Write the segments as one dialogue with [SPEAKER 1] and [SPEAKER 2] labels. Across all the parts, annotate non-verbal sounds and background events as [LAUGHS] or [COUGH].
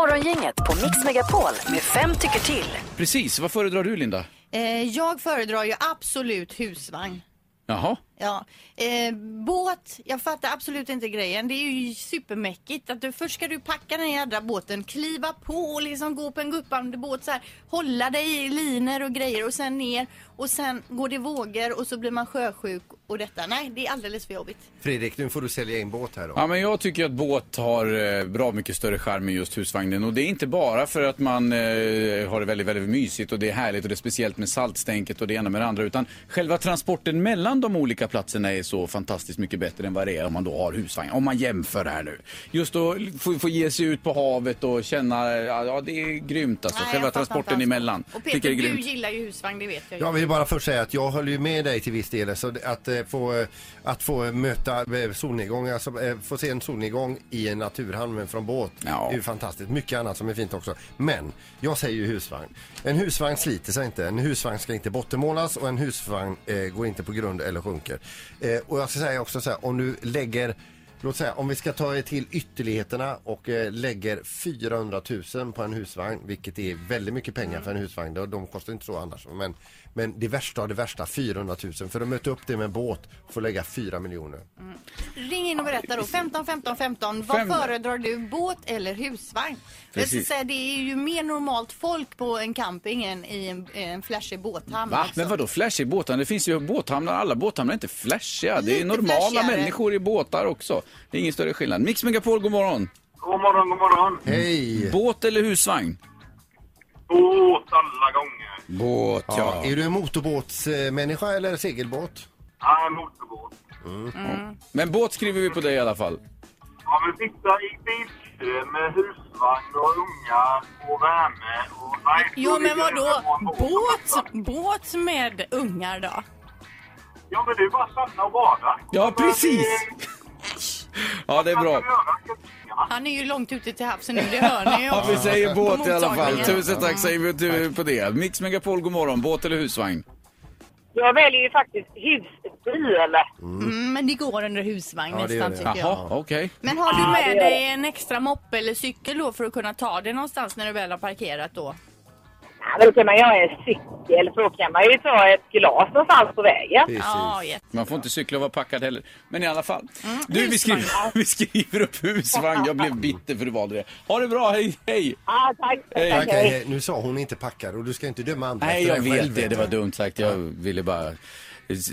[SPEAKER 1] Morgongänget på Mix Megapol med fem tycker till.
[SPEAKER 2] Precis, vad föredrar du Linda?
[SPEAKER 3] Eh, jag föredrar ju absolut husvagn.
[SPEAKER 2] Jaha,
[SPEAKER 3] Ja. Eh, båt, jag fattar absolut inte grejen. Det är ju supermäckigt att du först ska du packa den jädra båten, kliva på och liksom gå på en guppande båt så här, hålla dig i liner och grejer och sen ner och sen går det vågor och så blir man sjösjuk och detta. Nej, det är alldeles för jobbigt.
[SPEAKER 4] Fredrik, nu får du sälja in båt här då.
[SPEAKER 2] ja, men jag tycker att båt har eh, bra mycket större charm än just husvagnen. Och det är inte bara för att man eh, har det väldigt, väldigt mysigt och det är härligt och det är speciellt med saltstänket och det ena med det andra. Utan själva transporten mellan de olika platserna är så fantastiskt mycket bättre än vad det är om man då har husvagn. Om man jämför här nu. Just att få, få ge sig ut på havet och känna, ja ja, det är grymt alltså.
[SPEAKER 3] Nej, jag
[SPEAKER 2] själva
[SPEAKER 3] fattar inte
[SPEAKER 2] transporten
[SPEAKER 3] alls.
[SPEAKER 2] emellan.
[SPEAKER 3] Och
[SPEAKER 2] tycker
[SPEAKER 3] Peter,
[SPEAKER 2] jag är
[SPEAKER 3] du
[SPEAKER 2] grymt.
[SPEAKER 3] gillar ju husvagn, det vet jag ju.
[SPEAKER 4] Jag vill bara först säga att jag håller ju med dig till viss del. Så det- att, eh, få, eh, att få eh, möta eh, solnedgång, alltså eh, få se en solnedgång i en naturhamn men från båt
[SPEAKER 2] Ja.
[SPEAKER 4] är ju fantastiskt. Mycket annat som är fint också. Men jag säger ju husvagn. En husvagn sliter sig inte, en husvagn ska inte bottenmålas och en husvagn eh, går inte på grund eller sjunker. Eh, och jag ska säga också så här, om du lägger Låt säga, om vi ska ta er till ytterligheterna och eh, lägger 400 000 på en husvagn, vilket är väldigt mycket pengar för en husvagn. De, de kostar inte så annars. Men, men det värsta av det värsta, 400 000. För att möta upp det med en båt får lägga 4 miljoner.
[SPEAKER 3] Ring in och berätta då. 15 15 15. Vad
[SPEAKER 2] Fem.
[SPEAKER 3] föredrar du? Båt eller husvagn? Jag skulle
[SPEAKER 2] Precis.
[SPEAKER 3] säga, det är ju mer normalt folk på en camping än i en, en flashig båthamn.
[SPEAKER 2] Va?
[SPEAKER 3] liksom.
[SPEAKER 2] Men vadå flashig båtar? Det finns ju båthamnar, alla båthamnar är inte flashiga. Det är
[SPEAKER 3] Lite
[SPEAKER 2] normala
[SPEAKER 3] flashigare.
[SPEAKER 2] människor i båtar också. Det är ingen större skillnad. Mix Megapol, god morgon.
[SPEAKER 5] God morgon, god morgon.
[SPEAKER 4] Hej!
[SPEAKER 2] Båt eller husvagn?
[SPEAKER 5] Åt alla gånger.
[SPEAKER 2] Båt,
[SPEAKER 4] Ja, är du en motorbåtsmänniska eller segelbåt?
[SPEAKER 5] Nej, motorbåt.
[SPEAKER 2] Men båt skriver vi på dig i alla fall.
[SPEAKER 5] Ja, men sitta i bilkö med husvagn och ungar och värme och... Nej,
[SPEAKER 3] Jo
[SPEAKER 5] då
[SPEAKER 3] men
[SPEAKER 5] ligger
[SPEAKER 3] vadå?
[SPEAKER 5] jag på en
[SPEAKER 3] Båt, båt med ungar då?
[SPEAKER 5] Ja, men det är bara att stanna och bada.
[SPEAKER 2] Ja,
[SPEAKER 5] Men
[SPEAKER 2] precis.
[SPEAKER 5] det-
[SPEAKER 2] Ja, det är
[SPEAKER 5] vad
[SPEAKER 2] bra.
[SPEAKER 5] ska man göra? Ja,
[SPEAKER 3] Han är ju långt ute till havs nu, det hör ni ju
[SPEAKER 2] Ja, vi
[SPEAKER 3] också.
[SPEAKER 2] säger båt
[SPEAKER 3] På
[SPEAKER 2] i alla fall.
[SPEAKER 3] mottagningen.
[SPEAKER 2] Tusen tack säger vi till- på det. Mix Megapol, god morgon. Båt eller husvagn?
[SPEAKER 6] Jag väljer ju faktiskt husbil.
[SPEAKER 3] Mm, men det går under husvagn
[SPEAKER 4] Ja, det gör
[SPEAKER 3] nästan
[SPEAKER 4] det.
[SPEAKER 3] tycker jag.
[SPEAKER 2] Jaha, okej.
[SPEAKER 3] Men har du
[SPEAKER 6] det
[SPEAKER 3] med
[SPEAKER 6] gör
[SPEAKER 3] dig en extra moppe eller cykel då för att kunna ta det någonstans när du väl har parkerat då?
[SPEAKER 6] Ja, men då kan man göra en cykel, för då kan man ju ta ett glas någonstans på vägen.
[SPEAKER 3] Ja, jätte-
[SPEAKER 2] Man får inte cykla och vara packad heller. Men i alla fall. Du, vi skriver, [LAUGHS] vi skriver upp husvagn. Jag blev bitter för du valde det. Ha det bra, hej, hej!
[SPEAKER 6] Ja, tack.
[SPEAKER 2] Hej.
[SPEAKER 6] tack,
[SPEAKER 4] Tack,
[SPEAKER 6] hej.
[SPEAKER 4] hej. Nu sa hon inte packad och du ska inte döma andra
[SPEAKER 2] Nej,
[SPEAKER 4] efter
[SPEAKER 2] jag
[SPEAKER 4] dig själv,
[SPEAKER 2] vet det.
[SPEAKER 4] vet
[SPEAKER 2] Det
[SPEAKER 4] du.
[SPEAKER 2] var dumt sagt. Jag ville bara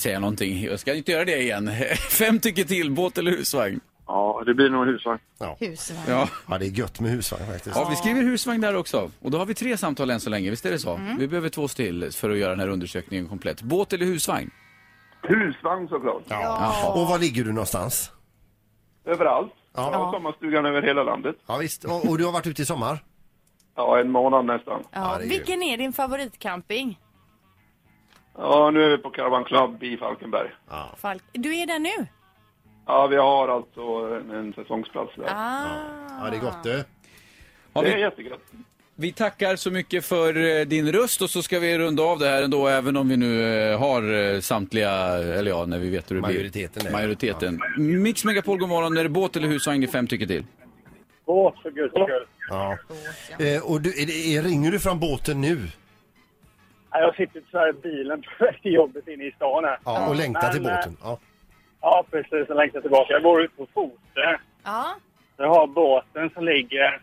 [SPEAKER 2] säga någonting. Jag ska inte göra det igen. [LAUGHS] Fem tycker till, båt eller husvagn?
[SPEAKER 5] Ja, det blir nog husvagn.
[SPEAKER 3] husvagn.
[SPEAKER 2] Ja.
[SPEAKER 4] Ja, det är gött med husvagn faktiskt.
[SPEAKER 2] ja, vi skriver husvagn där också. Och då har vi tre samtal än så länge, visst är det så?
[SPEAKER 4] Mm.
[SPEAKER 2] Vi behöver två till för att göra den här undersökningen komplett. Båt eller husvagn?
[SPEAKER 5] Husvagn såklart.
[SPEAKER 4] Och var ligger du någonstans?
[SPEAKER 5] Överallt.
[SPEAKER 4] Ja.
[SPEAKER 5] Jag har sommarstugan över hela landet.
[SPEAKER 4] Ja, visst. Och, och du har varit ute i sommar?
[SPEAKER 5] Ja, en månad nästan.
[SPEAKER 3] Ja,
[SPEAKER 4] Ja, det är
[SPEAKER 3] vilken är din favoritcamping?
[SPEAKER 5] Ja, nu är vi på Caravan Club i Falkenberg.
[SPEAKER 3] Falk? Du är där nu?
[SPEAKER 5] Ja, vi har alltså en, en säsongsplats där.
[SPEAKER 3] Ah.
[SPEAKER 4] Ja, det är gott du.
[SPEAKER 2] Ja,
[SPEAKER 5] Det är
[SPEAKER 2] vi,
[SPEAKER 5] jättegött.
[SPEAKER 2] vi tackar så mycket för eh, din röst och så ska vi runda av det här ändå, även om vi nu eh, har eh, samtliga, eller ja, när vi vet hur det
[SPEAKER 4] Majoriteten
[SPEAKER 2] blir.
[SPEAKER 4] är-
[SPEAKER 2] Majoriteten. Mix Megapol, god morgon. Är det båt eller husvagn? Det är fem tycker till.
[SPEAKER 5] Båt för guds skull.
[SPEAKER 4] Ja. Eh, och du, är det- är, ringer du från båten nu?
[SPEAKER 5] Jag sitter tyvärr i bilen på väg till jobbet inne i stan här.
[SPEAKER 4] Ja, och längtar till
[SPEAKER 5] Men, eh,
[SPEAKER 4] båten. Ja.
[SPEAKER 5] Ja, precis. Jag längtar tillbaka. Jag går ut på Fotö.
[SPEAKER 3] Ja.
[SPEAKER 5] Jag har båten som ligger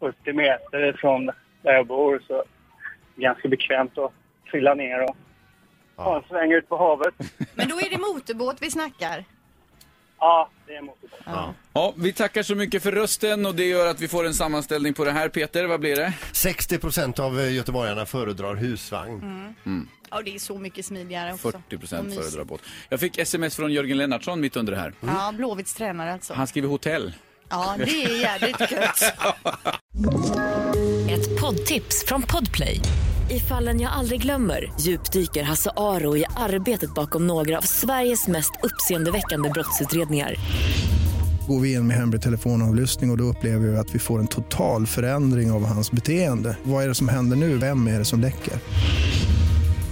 [SPEAKER 5] 70 meter ifrån där jag bor. Så det är ganska bekvämt att trilla ner och ta en sväng ut på havet.
[SPEAKER 3] Men då är det motorbåt vi snackar.
[SPEAKER 5] Ja, det är motorbåt.
[SPEAKER 2] Ja, vi tackar så mycket för rösten och det gör att vi får en sammanställning på det här. Peter, vad blir det?
[SPEAKER 4] 60 procent av eh, göteborgarna föredrar husvagn.
[SPEAKER 3] Ja, det är så mycket smidigare också.
[SPEAKER 2] 40
[SPEAKER 3] Och
[SPEAKER 2] procent
[SPEAKER 3] mysigt.
[SPEAKER 2] föredrar båt. Jag fick sms från Jörgen Lennartsson mitt under det här.
[SPEAKER 3] Ja, Blåvitts tränare alltså.
[SPEAKER 2] Han skriver hotell.
[SPEAKER 3] Ja, det är jädrigt gött.
[SPEAKER 1] Ett poddtips från Podplay. I fallen jag aldrig glömmer djupdyker Hasse Aro i arbetet bakom några av Sveriges mest uppseendeväckande brottsutredningar.
[SPEAKER 7] Går vi in med hemlig telefonavlyssning och, och då upplever vi att vi får en total förändring av hans beteende. Vad är det som händer nu? Vem är det som läcker?